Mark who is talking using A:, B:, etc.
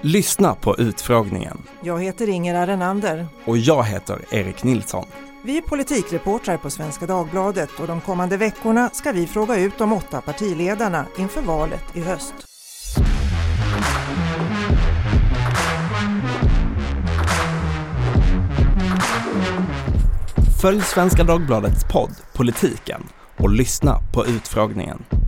A: Lyssna på utfrågningen
B: Jag heter Inger Arenander.
A: och jag heter Erik Nilsson.
B: Vi är politikreportrar på Svenska Dagbladet och de kommande veckorna ska vi fråga ut de åtta partiledarna inför valet i höst.
A: Följ Svenska Dagbladets podd Politiken och lyssna på utfrågningen.